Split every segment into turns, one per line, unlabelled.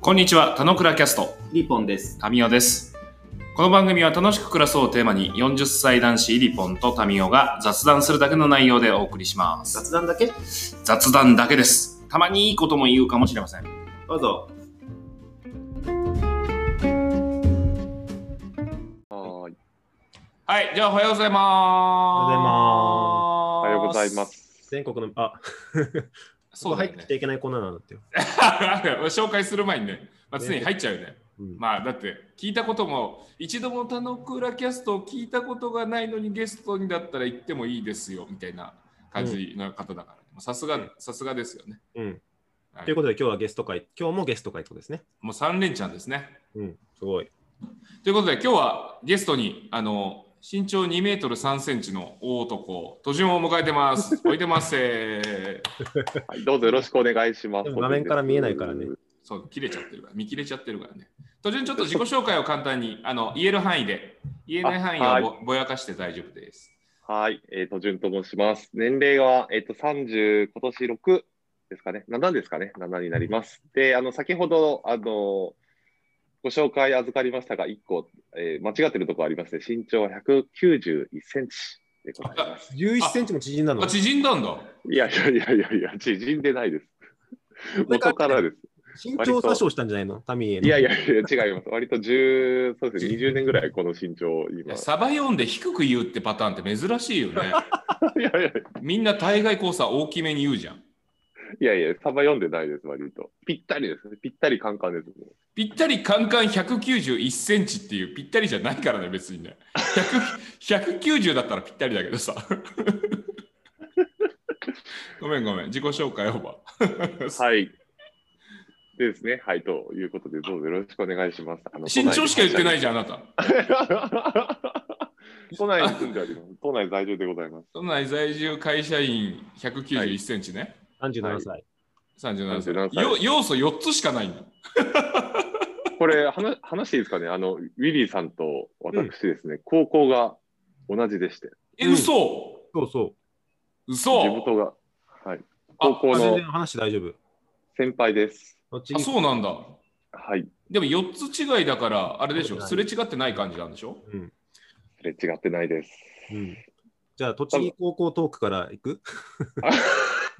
こんにちは、田野倉キャスト、
リポンです。
タミオです。この番組は楽しく暮らそうをテーマに、40歳男子リポンとタミオが雑談するだけの内容でお送りします。
雑談だけど
雑談だけです。たまにいいことも言うかもしれません。
うぞ。
はい。
はい、じゃあおはようございま
お
す。
はようございま。す。
全国の、 あ、
そうだ
入
よ
っ
ね
て。いけないコーナーなんだってよ。
紹介する前にね、まあ、常に入っちゃうよね。
うん
まあだって聞いたことも一度も田之倉キャストを聞いたことがないのにゲストにだったら行ってもいいですよみたいな感じの方だから、さすがさすがですよね。
うん
はい
ということで今日はゲスト会、今日もゲスト会ってことですね。
もう3連チャンですね。
うん、すごい。
ということで今日はゲストにあの身長2メートル3センチの大男、途順を迎え てます。置いてます。えー
はい、どうぞよろしくお願いします。
でも画面から見えないからね
そう切れちゃってるから見切れちゃってるからね。途順ちょっと自己紹介を簡単にあの言える範囲で言えない範囲はぼぼやかして大丈夫です。
はい、えっ、と、順と申します。年齢は、えっ、と、30、今年6ですかね。7ですかね。7になります。で、あの、先ほど、あの、ご紹介預かりましたが、1個、えー間違ってるところありますね。身長は191センチでございます。
11センチも縮んだの
あ、。縮んだんだ。
いやいやいやいやいや、縮んでないです。元からです。
身長詐称したんじゃないのタミーへの。
いやいやいや、違います。割と10、そうですね、20年ぐらいこの身長を
い
今
や。サバ読んで低く言うってパターンって珍しいよね。
いやいやいや
みんな大概こうさ大きめに言うじゃん。
いやいや、サバ読んでないです、割と。ぴったりですね。ぴったりカンカンです。
ぴったりカンカン191センチっていうぴったりじゃないからね別にね。100 190だったらぴったりだけどさ。ごめんごめん自己紹介オーバー。
はい。でですね、はい、ということで、どうぞよろしくお願いします。あの。
身長しか言ってないいじゃんあなた。
都内に住んでおります。都内在住でございます。
都内在住会社員191センチね。
37歳。
37歳
37歳
よ要素4つしかないんだ。
これ、話話していいですかね、あの、ウィリーさんと私ですね、高校が同じでして、
え、
うん
嘘
そうそう。
地
嘘
元が、はい、
あ
高校
あ全
の
然話大丈夫。
先輩です。
後
あ、
に
そうなんだ。
はい、
でも4つ違いだから、あれでしょ、す
そう
れ違ってない感じなんでしょ
うん。
すれ違ってないです。
うん。じゃあ、栃木高校トークから行く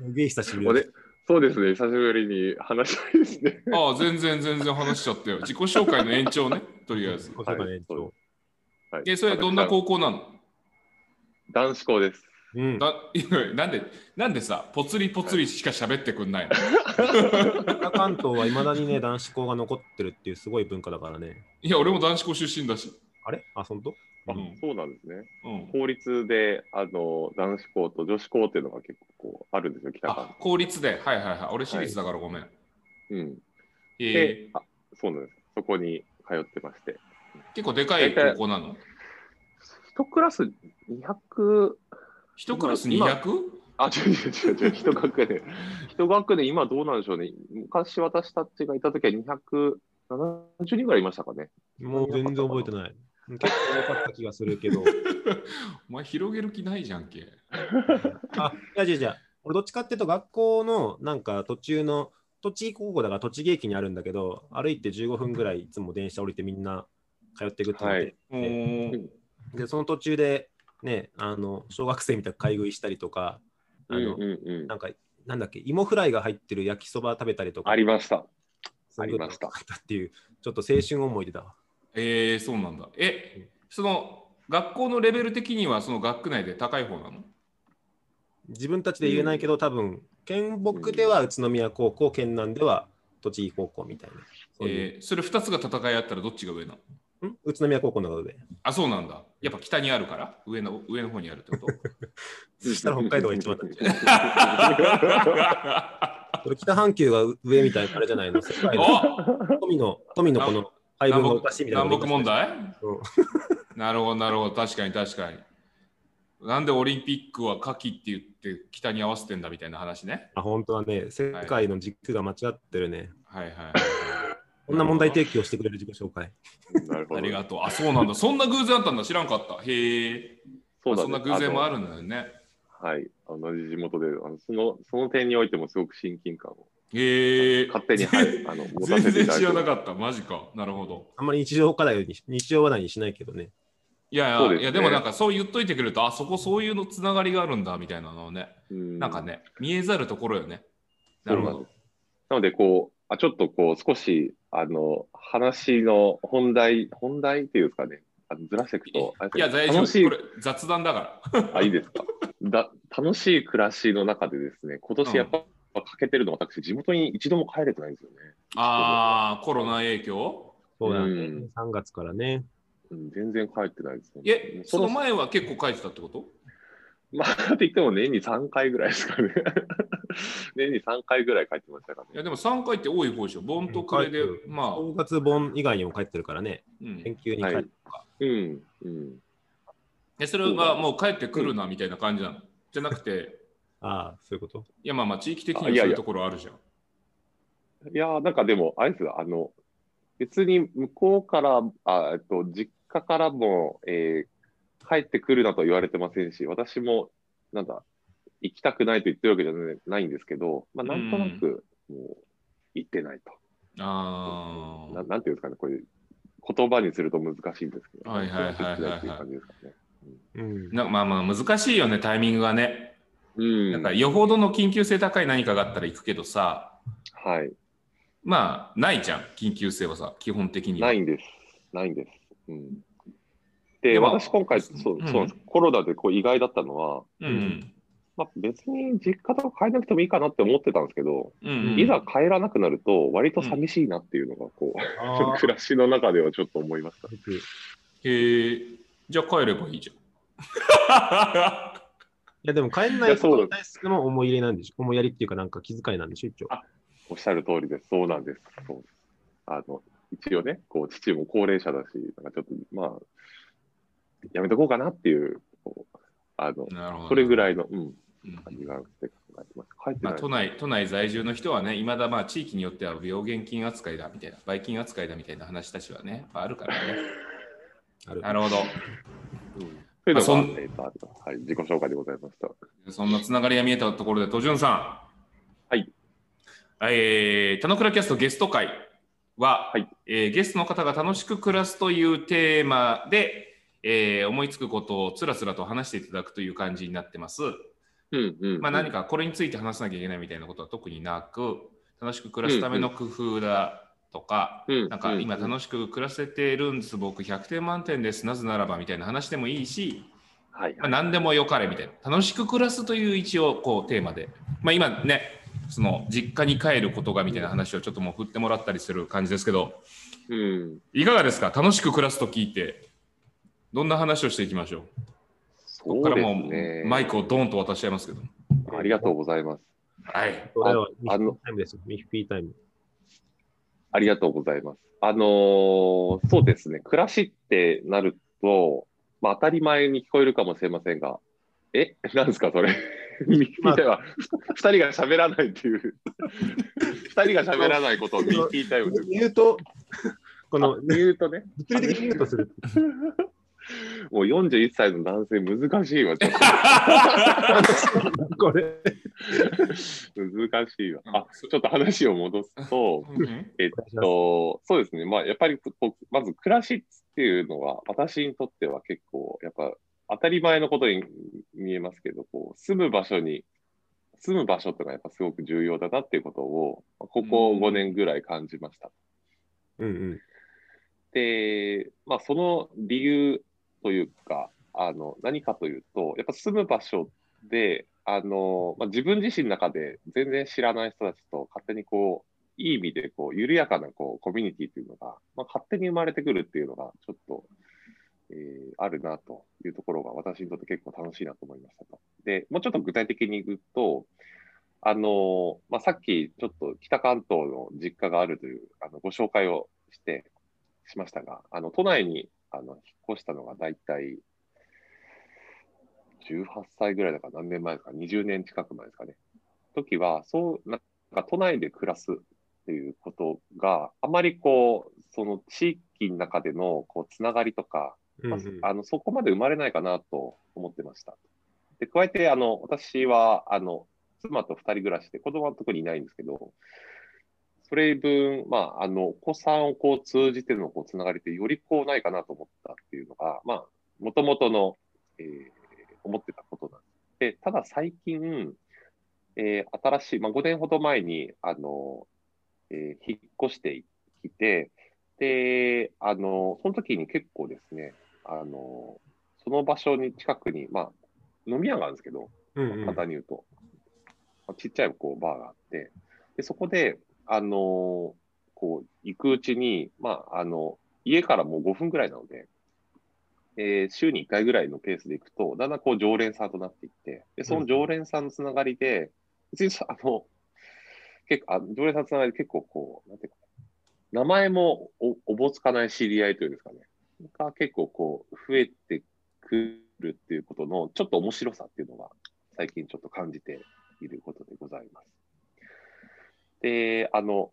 すげえ久しぶりだ
おね、そうですね、久しぶりに話したいですね。
ああ、全然全然話しちゃったよ。自己紹介の延長ね、とりあえず。
そうかね
はいそうはい
え、それどんな高校なの
男子校です。
うん。
だ いやなんで、なんでさ、ぽつりぽつりしか喋ってくんないの
北関東はいまだにね、男子校が残ってるっていうすごい文化だからね。
いや、俺も男子校出身だし。
あれあ、本当
あ、
うん
そうなんですね。
うん。
公立で、あの、男子校と女子校っていうのが結構こうあるんですよ、北
あ
関、
公立で。はいはいはい。俺私立だからごめん。
東。うん。
え
で、あ、そうなんです。そこに通ってまして。
ー、結構でかい高校なの
一クラス200、
一クラス
今
200?
あ、違う違う違う違う、一学年。一学年、今どうなんでしょうね。昔私たちがいた時は270人ぐらいいましたかね。
もう全然覚えて ない。結構多かった気がするけど。
お前広げる気ないじゃんけ。
あ、いやいやいや、俺どっちかっていうと学校のなんか途中の栃木高校だから栃木駅にあるんだけど、歩いて15分ぐらいいつも電車降りてみんな通っていくってなって、
はい
おー
で、その途中でね、あの、小学生みたいな買い食いしたりとか、あの、
うんうんうん
なんか、なんだっけ、芋フライが入ってる焼きそば食べたりとか、
ありました。
そういうこと
ありました
だっていう、ちょっと青春思い出だわ。
えー、そうなんだ。え、その、学校のレベル的には、その学区内で高い方なの
自分たちで言えないけど、多分、県北では宇都宮高校、県南では栃木高校みたいな。そういう
えーそれ2つが戦いあったらどっちが上なの
ん宇都宮高校のことで。
あ、そうなんだ。やっぱ北にあるから、上の上の方にあるって こと
そしたら北海道が一番だ
あ
これ北半球が上みたいなあれじゃないの世界の 富の富のこの配分がお
南
かしい
北
みたいな
南北問題
うん
なるほど、なるほど。確かに、確かに。なんでオリンピックは夏季って言って北に合わせてんだみたいな話ね。
あ本当はね世界の軸が間違ってるね、
はいはいはい。
こんな問題提起をしてくれる自己紹介
なるほ
あ
ど
り。がとう。あ、そうなんだ。そんな偶然あったんだ。知らんかった。へえ。
そうだ
そんな偶然もあ
る
るんだよね。
はい、同じ地元で、あのそのその点においてもすごく親近感を
へえ。
勝手に、はい、あの、持た
全
せてい
然
ただ
知
い
ら
て
な
ま
かった。マジか。なるほど。
あんまり日常課題にし、日常話題にしないけどね。
いやい
そうです
や、い
ね
やでもなんかそう言っといてくれると、あそこそういうのつながりがあるんだみたいなのをね、
す。うん
なんかね、見えざるところよね。な
そう
る
な
ほ
ん
ど
で。す。なので、こう、あちょっとこう、少し、あの、話の本題、本題っていうんですかね、あのずらしていくと、あれ
いや、大丈
楽し
夫。
い
これ雑談だから。
あ、いいですか。だ楽しい暮らしの中でですね、今年やっぱ、欠けてるの私、地元に一度も帰れてないんですよね。
ああ、コロナ影響
そうだね。
うん
3月からね。
うん、全然帰ってないですよね。
え、その
ま
前は結構書いてたってこと
まあ、って言っても年に3回ぐらいですかね。 年に3回ぐらい帰ってましたか
いや、
ね。
でも3回って多い方でしょ。盆と暮れで
うん書いて、
まあ、
正月本以外にも帰ってるからね。
うん
連休に帰って、
はいうん、うん。
えそれはもう帰ってくるなみたいな感じなのじゃなくて、
ああ、そういうこと。
いやまあまあ地域的に
あ
はそう
いやいや
いうところあるじゃん。
いやーなんかでも、あれですよあの、別に向こうから、あえっと、実家からも、えー帰ってくるなとは言われてませんし、私も、なんだ、行きたくないと言ってるわけじゃないないんですけど、まあ、なんとなく、もう、行ってないと。
あ
ななんていうんですかね、これ、言葉にすると難しいんですけど、
はいはいはいはい
な
はい
んとなく行ってなっていう感じですかね。
うん
あ。。なまあまあ難しいよね、タイミングがね。
うん。
なんかよほどの緊急性高い何かがあったら行くけどさ、
はい。
まあないじゃん、緊急性はさ、基本的には。
ないんです。ないんです。うん、で、
でも
私今回、そう、そう
うん
なんです。コロナでこう意外だったのは、
うんうん。
まあ、別に実家とか帰らなくてもいいかなって思ってたんですけど、
うんうん、
いざ帰らなくなると、割と寂しいなっていうのが、こ う、
ああ
暮らしの中ではちょっと思いました。
い
へえ、じゃあ帰ればいいじゃん。
や、でも帰んないことに対するの思い入れなんでしょ思いやりっていうか、なんか気遣いなんでしょ一応。
おっしゃる通りです。そうなんです。そうですあの、一応ね、こう、父も高齢者だし、なんかちょっと、まあ、やめとこうかなっていう、こうあの、
なるほど。
それぐ
い。
らいの、うん、
うん
感じがあって考えてます。帰ってな
まあ、
い。
都内都内在住の人はね、いまだまあ地域によっては病原菌扱いだみたいな、ばい菌扱いだみたいな話たちはね、やっぱある からね。
ある
なるほど。
というの
あそ
が、
ん
えっとあとはい、自己紹介でございました。
そんなつながりが見えたところで、とじゅんさん。
はい。
えー、田之倉キャストゲスト会は、
はい
えーゲストの方が楽しく暮らすというテーマで、えー思いつくことをつらつらと話していただくという感じになってます。
うんうん。
まあ、何かこれについて話さなきゃいけないみたいなことは特になく、楽しく暮らすための工夫だとか、
うん、
なんか今
し
楽しく暮らせてるんです、僕100点満点です、なぜならばみたいな話でもいいし、
はい
まあ、何でもよかれみたいな楽しく暮らすという一応こうテーマで、まあ、今ねその実家に帰ることがみたいな話をちょっともう振ってもらったりする感じですけど
うん、
いかがですか楽しく暮らすと聞いてどんな話をしていきましょうこ
そ
こか
う
ら
です
も
ね
う。マイクをドーンと渡しちゃいますけど
ありがとうございます。
はい
それはミッ
ああ
フィ
の
ータイムですよ。ミッフィータイム。
ありがとうございます。あのーそうですね、暮らしってなると、まあ、当たり前に聞こえるかもしれませんが、え、 なんですか、それ。み
まあ
みたいな、2人が喋らないっていう、2人が喋らないことを聞いたようです。
言うと、この、
言うとね、
物理的に言うとする。
もう41歳の男性、難しいわ、ちょっと
これ。
難しいわ。あ、ちょっと話を戻すと、
うん
えっと、そうですね、まあ、やっぱりこう、まず暮らしっていうのは、私にとっては結構、やっぱ当たり前のことに見えますけど、こう住む場所に、住む場所とかやっぱすごく重要だなっていうことを、ここ5年ぐらい感じました。
うんうん。
で、まあ、その理由というか、あの、何かというと、やっぱ住む場所で、あの、まあ、自分自身の中で全然知らない人たちと勝手にこう、いい意味でこう、緩やかなこう、コミュニティというのが、まあ、勝手に生まれてくるっていうのが、ちょっと、えーあるなというところが私にとって結構楽しいなと思いましたと。で、もうちょっと具体的に言うと、あの、まあ、さっきちょっと北関東の実家があるという、あの、ご紹介をして、しましたが、あの都内にあの引っ越したのが大体18歳ぐらいだから何年前ですか、20年近く前ですかね。時は、そう、なんか都内で暮らすっていうことがあまりこう、その地域の中でのこうつながりとか、
うんう
まあ
ん
あのそこまで生まれないかなと思ってました。で加えてあの私はあの妻と二人暮らしで、子供は特にいないんですけど、それ分、まあ、あの、お子さんをこう通じてのこうつながりってよりこうないかなと思ったっていうのが、まあ、もともとの、えー思ってたことなんで、ただ最近、えー新しい、まあ、5年ほど前に、あの、えー引っ越してきて、で、あの、その時に結構ですね、あの、その場所に近くに、まあ、飲み屋があるんですけど、
うんうん
簡単に言うと、まあちっちゃいこうバーがあって、でそこで、あのーこう行くうちに、まああの、家からもう5分ぐらいなので、えー週に1回ぐらいのペースで行くと、だんだんこう常連さんとなっていって、でその常連さんのつながりで、別にそ あの、結構あ常連さんのつながりで結構こう、なんていうか、名前もおおぼつかない知り合いというんですかね、が結構こう、増えてくるっていうことの、ちょっと面白さっていうのが最近ちょっと感じていることでございます。で、あの、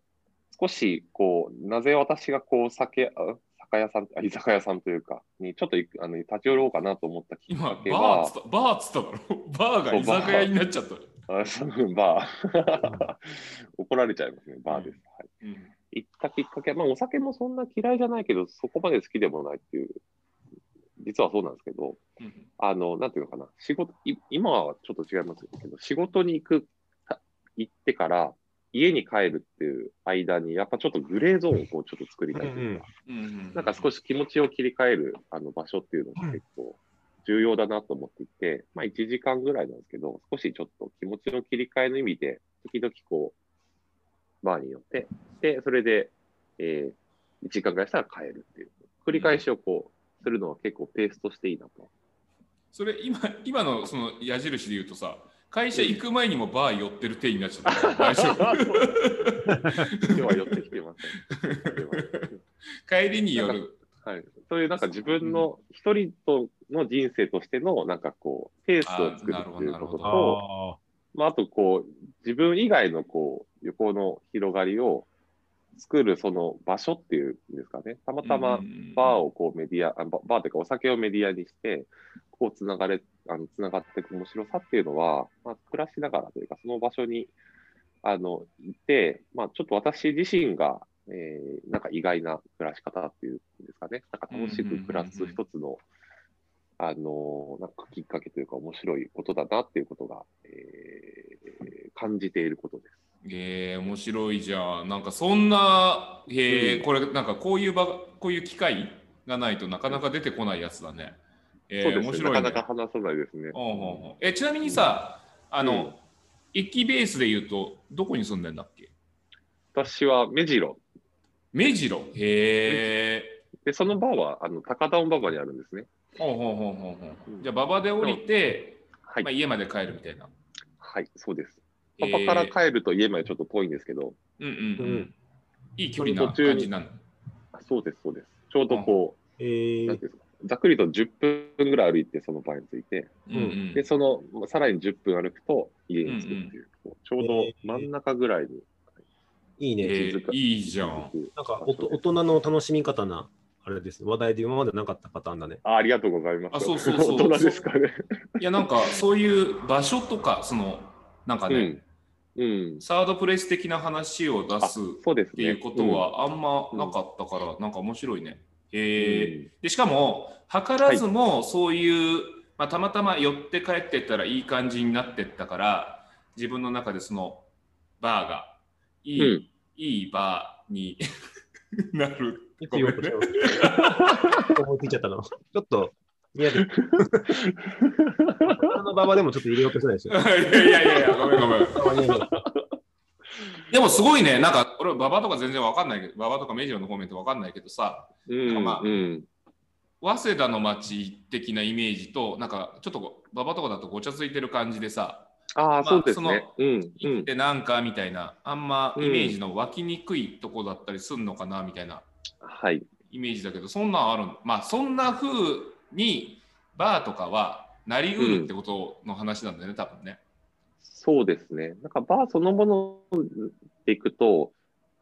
少し、こう、なぜ私がこう、酒、あ酒屋さん、あ居酒屋さんというか、にちょっと行くあの立ち寄ろうかなと思ったきっ
今、
か
バ
け
ーっ
は
つ、った、バーっつっただろ。バーが居酒屋になっちゃった。
あそのバー、怒られちゃいますね、バーです。はい
うん
行ったきっかけは、まあ、お酒もそんな嫌いじゃないけど、そこまで好きでもないっていう、実はそうなんですけど、
うん
あの、なんていうのかな、仕事、い今はちょっと違いますけど、仕事に行く、た行ってから、家に帰るっていう間に、やっぱちょっとグレーゾーンをこうちょっと作りたいというか、
うん
なんか少し気持ちを切り替えるあの場所っていうのが結構重要だなと思っていて、まあ1時間ぐらいなんですけど、少しちょっと気持ちの切り替えの意味で、時々こう、バーに寄って、で、それで、えー、1時間ぐらいしたら帰るっていう、繰り返しをこう、するのは結構ペースとしていいなと。
それ今、今のその矢印で言うとさ、会社行く前にもバー寄ってる手になっちゃった。大丈夫
今日は寄ってきてません。
帰りに寄る。
はい、そういうなんか自分の一人との人生としてのなんかこうペースを作るっていうこと
あーなるほどなるほ
と、
あ
まあ、あとこう、自分以外のこう、旅行の広がりを作るその場所っていうんですかね。たまたまバー
を。
をこうメディア、あババーというかお酒をメディアにして、こうつながれ、あの、つながっていく面白さっていうのは、まあ、暮らしながらというか、その場所に、あの、いて、まあ、ちょっと私自身が、えー、なんか意外な暮らし方っていうんですかね。なんか楽しく暮らす一つの、あの、なんかきっかけというか面白いことだなっていうことが、えー、感じていることです。
えー、面白いじゃん。なんかそんな、えー
うん
これなんかこういう場、こういう機会がないとなかなか出てこないやつだね。えー、
そうです
面
ね。
白い、
な
ね。
かなか話さないですね。
おうおうおうえちなみにさ、あ
う
の
ん、
駅ベースで言うと、どこに住んでんだっけ
私は目白。
目白。へえ。
で、そのバーは、あの、高田馬場にあるんですね。
ほうほうほうほうほ
う
う。
ん
じゃあ、馬場で降りて、
はい
まあ、。家まで帰るみたいな。
はい、そうです。
え
パ
ー
パから帰ると家までちょっと遠いんですけど、
うんうんう
うんん。
いい距離な
途中に
感じなの。
あそうです、そうです。ちょうどこ
ーえ
う、なん
ー
ていうんですか、ざっくりと10分ぐらい歩いて、その場に着いて、
うんうん
で、その、まあさらに10分歩くと家に着くっていう、こうちょうど真ん中ぐらいに
いい
え
ね。
ーいいじゃん。
着く
なんかおと大人の楽しみ方な、あれですね。話題で今までなかったパターンだね。
あありがとうございます。
あそうそうそう
大人ですかね。
いや、なんか、そういう場所とか、その、なんかね、
うん。
サードプレイス的な話を出
あ、
すっ
そうですね。
ていうことは、あんまなかったから、なんか面白いね。
うん、
へえ。でしかも図らずもそういう、まあ、たまたま寄って帰ってったらいい感じになってったから自分の中でそのバーがいい,、
うん
いいバーに なる。
いつ
ごめ
言
ん
おう
ね
としたの思いついちゃったの。ちょっと、宮崎。他の馬場でもちょっと入れようとしてないです
い
よ。
やいやいやいやごめんごめん。
たまにあの
でもすごいねなんか俺馬場とか全然わかんないけど馬場とかメジロの方面ってわかんないけどさ
うん。うん。
まあ
うん
早稲田の街的なイメージとなんかちょっとこう馬場とかだとごちゃついてる感じでさ
ああ、そうです
まあ
ね。うん。う
行っ
ん。
てなんかみたいな、あんまイメージの湧きにくいとこだったりすんのかなみたいな
はい。
イメージだけど、そんなんあるのまあそんな風にバーとかはなりうるってことの話なんだよね、多分ね。
そうですね。なんかバーそのものでいくと、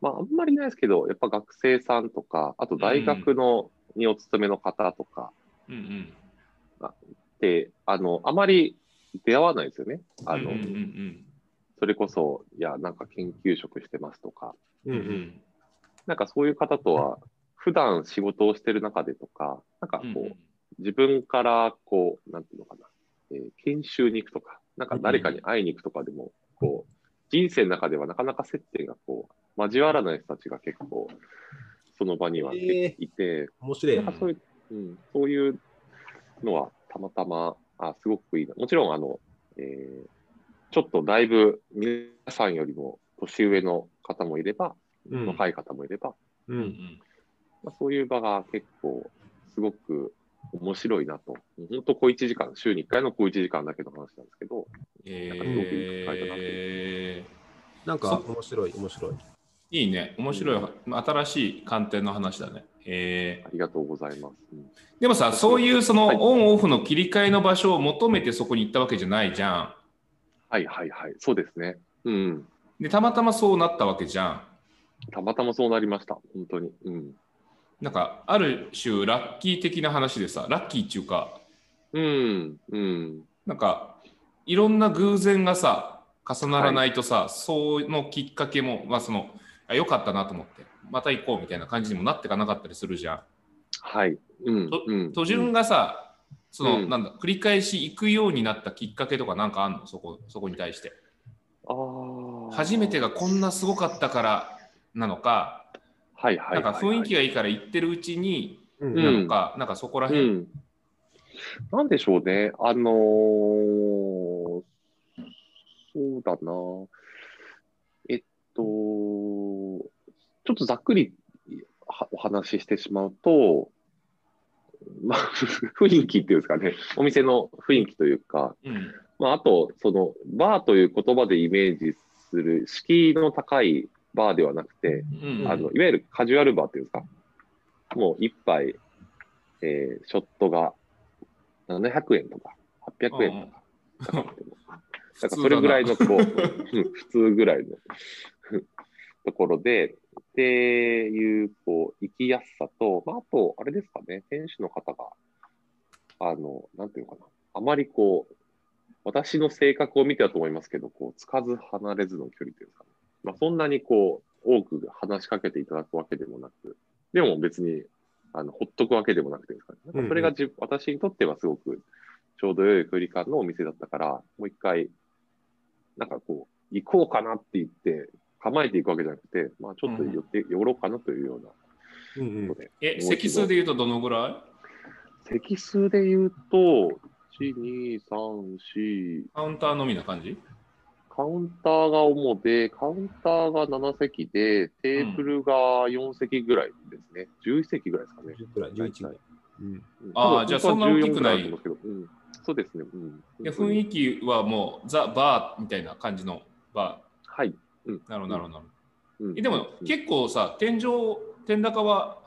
まああんまりいないですけど、やっぱ学生さんとか、あと大学の、にお勤めの方とか
うんうん。
って、あの、あまり出会わないですよね。あの、
うんうんうん
それこそ、いや、なんか研究職してますとか、
うん うん。
なんかそういう方とは、普段仕事をしてる中でとか、なんかこう、
うん
自分からこう、なんていうのかな、えー研修に行くとか、なんか誰かに会いに行くとかでも、こう、人生の中ではなかなか接点がこう、交わらない人たちが結構、その場には
えー
いて、
面白い
なん。かそういう、うん、そういうのはたまたま、あ、すごくいいな。もちろん、あの、えーちょっとだいぶ皆さんよりも年上の方もいれば、
うん。
若い方もいれば、
う。
うんうんん
まあ、そういう場が結構すごく面白いなと。本当小1時間、週に1回の小1時間だけの話なんですけど、
え
なんか面白い、面白い。
ー、いいね、面白い、新しい観点の話だね。え
ありがとうございます。うん
ー、でもさ、そういうその
はい
オンオフの切り替えの場所を求めてそこに行ったわけじゃないじゃん。
はいはいはい、そうですね。うん。
で、たまたまそうなったわけじゃん。
たまたまそうなりました、本当に。うん。
なんか、ある種、ラッキー的な話でさ、ラッキーっていうか、
うん、うん。
なんか、いろんな偶然がさ、重ならないとさ、そのきっかけも、まあ、その、あ良かったなと思って、また行こうみたいな感じにもなってかなかったりするじゃん。
はい。うん
と。
うん、
途順がさ、その、
うん
なんだ、繰り返し行くようになったきっかけとかなんかあんのそこ、そこに対して。
あー
初めて。がこんなすごかったからなのか、
はいはい
な
はい、
んか雰囲気
が。
がいいから行ってるうちに、
うん
うん
なのか、なんかそこら
う
辺、
ん。なんでしょうね。あのーそうだな。えっと、ちょっとざっくりはお話ししてしまうと、まあ、 雰囲気っていうんですかね。お店の雰囲気というか、
うん
まあ、あと、その、バーという言葉でイメージする、敷居の高いバーではなくて、
うん
あのいわゆるカジュアルバーっていうんですか、もう一杯、えーショットが700円とか800円とか、
うんうん
高くてもなんかそれぐらいの こう、うん普通ぐらいの ところで、っていう、こう、行きやすさと、まあ、あと、あれですかね、店主の方が、あの、なんていうのかな、あまりこう、私の性格を見てだと思いますけど、こう、つかず離れずの距離というか、まあ、そんなにこう、多く話しかけていただくわけでもなく、でも別に、あの、ほっとくわけでもなくてですかね。なんかそれがじ、私にとってはすごく、ちょうど良い距離感のお店だったから、もう一回、なんかこう、行こうかなって言って、構えていくわけじゃなくて、まあちょっと寄って、寄ろうかなというような
うんうん
ことで。
え、席数で言うとどのぐらい
席数で言うと、1、2、3、4、
カウンターのみな感じ
カウンターが主で、カウンターが7席で、テーブルが4席ぐらいですね。11席ぐらいですかね。
10くらい、11ぐらい。うん。
うん
あーじゃあそんな大きくない
多分本当は14ぐらだと思うんですけどうんそうですね。うん、
で雰囲気はもうザ・バーみたいな感じのバ
はい。
ー。なるほど、なるほど。
うん
えでも
うん
結構さ、天井、天高は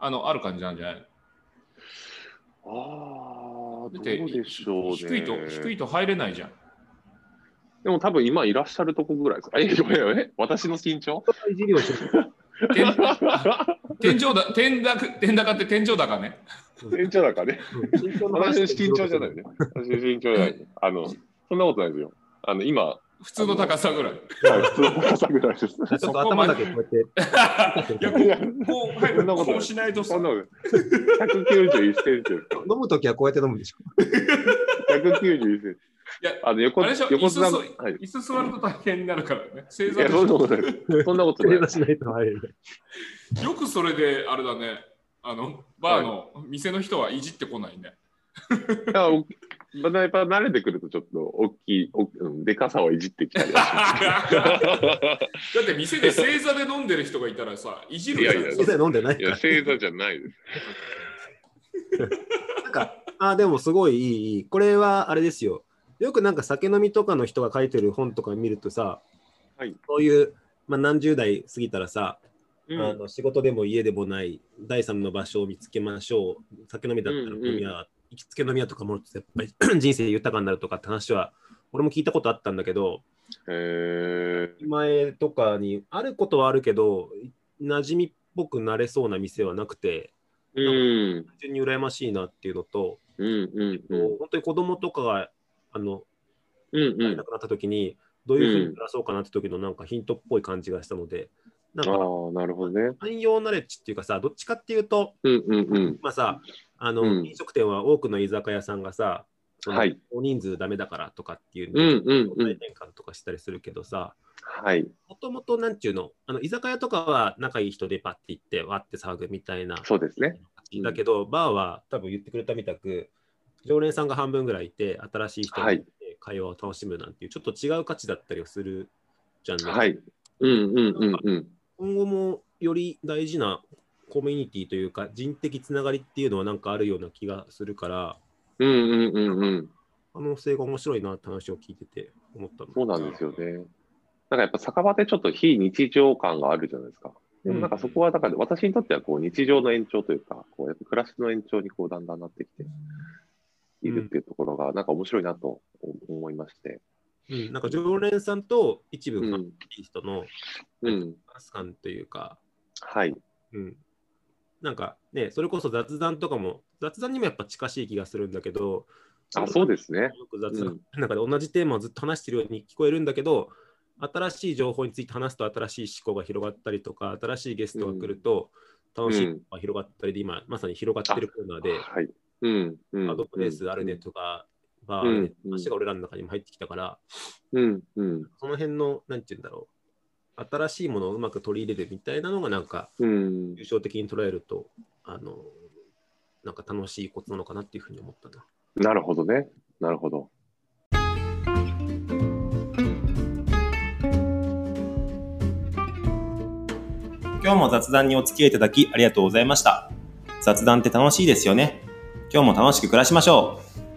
あのある感じなんじゃない
ああ、
だ
ど
っ
う
て
でしょうね。
低いと、低いと入れないじゃん。
でも多分今いらっしゃるとこぐらいです。え、いやいやえ私の身長
いじりをしてる。
天天井だ、天高天高って天井高ね。
身長だからね。
身長
私の身長じゃないよね。私の身長じゃない。あの、そんなことないですよ。あの、今、はい
普通の高さぐらい。
普通の高さぐら いです。
ちょっと頭だけこうやって。
いや、こ
いや
う、こう、はい
そんなことない
こうしないとさ
そんなことない191センチです。
飲むときはこうやって飲むでしょ。
191センチ。
いや
あの横
あれでしょ
横
椅
綱
子
の
そ
はい。い
椅子座ると大変になるからね。正座
や、
でしょ
そんなことないです。そんなことな
正
い
座。しないと入れない。
よくそれで、あれだね、あの、バーの店の人はいじってこないね。
いやおまだやっぱ慣れてくるとちょっと大きい、おうん、でかさをいじってきたりはし
だって店で正座で飲んでる人がいたらさ、いじるじゃん。
いやいや
実際飲んでない
ます。いや、正座じゃないです。
なんか、あ、でもすごいいいいい。これはあれですよ。よくなんか酒飲みとかの人が書いてる本とか見るとさ、
はい
そういう、まあ、何十代過ぎたらさ、
うん
あの仕事でも家でもない第三の場所を見つけましょう。酒飲みだったら
うんうん
飲み屋、行きつけ飲み屋とかもやっぱり 人生豊かになるとかって話は、俺も聞いたことあったんだけど、
へー
前とかにあることはあるけど、馴染みっぽくなれそうな店はなくて、
うん。
単純に羨ましいなっていうのと、
うんうんうん。
本当に子供とかがあの
うんう
亡
ん。
くなった時に、どういうふうに暮らそうかなって時のなんかヒントっぽい感じがしたので、なん
ああ
か
ー、なるほどね。
汎用ナレッジっていうかさ、どっちかっていうと、
うんうんうん。
まあさ、あの、
うん
飲食店は多くの居酒屋さんがさ、その
はい
大人数ダメだからとかっていう
う
の
んうんう
体
ん。
転換とかしたりするけどさ、
はい。
もともとなんちゅうの、あの居酒屋とかは仲いい人でパッて行って、わって騒ぐみたいな
そうですね。
だけど、バーは多分言ってくれたみたく、常連さんが半分ぐらいいて、新しい人がいて会話を楽しむなんていう、ちょっと違う価値だったりをするじゃん、ね
はい。うんうんうんうん。
今後もより大事なコミュニティというか、人的つながりっていうのはなんかあるような気がするから、
うんうんうんうん。
可能性が面白いなって話を聞いてて思ったの。
そうなんですよね。なんかやっぱ酒場でちょっと非日常感があるじゃないですか。でもなんかそこはだから私にとってはこう日常の延長というか、こうやっぱ暮らしの延長にこうだんだんなってきているっていうところがなんか面白いなと思いまして。
うん、なんか常連さんと一部
う
ファン
ん。
いい人の
うん。
バランス感というか、
はい。
うん、なんかね、それこそ雑談とかも、雑談にもやっぱ近しい気がするんだけど、
あ、そうですね。
よく雑談
う
の
ん
中で同じテーマをずっと話してるように聞こえるんだけど、新しい情報について話すと新しい思考が広がったりとか、新しいゲストが来ると楽しいことが広がったりで、今まさに広がってるコーナーで、
はい。うん。うん。
アドプレスあるねとか、バ
うん
ーあるねとか、話が俺らの中にも入ってきたから、
うん。うん。
その辺の、なんて言うんだろう、新しいものをうまく取り入れるみたいなのがなんか、
うん。
優勝的に捉えると、あの、なんか楽しいコツなのかなっていうふうに思ったな。
なるほどね。なるほど。
今日も雑談にお付き合いいただきありがとうございました。雑談って楽しいですよね。今日も楽しく暮らしましょう。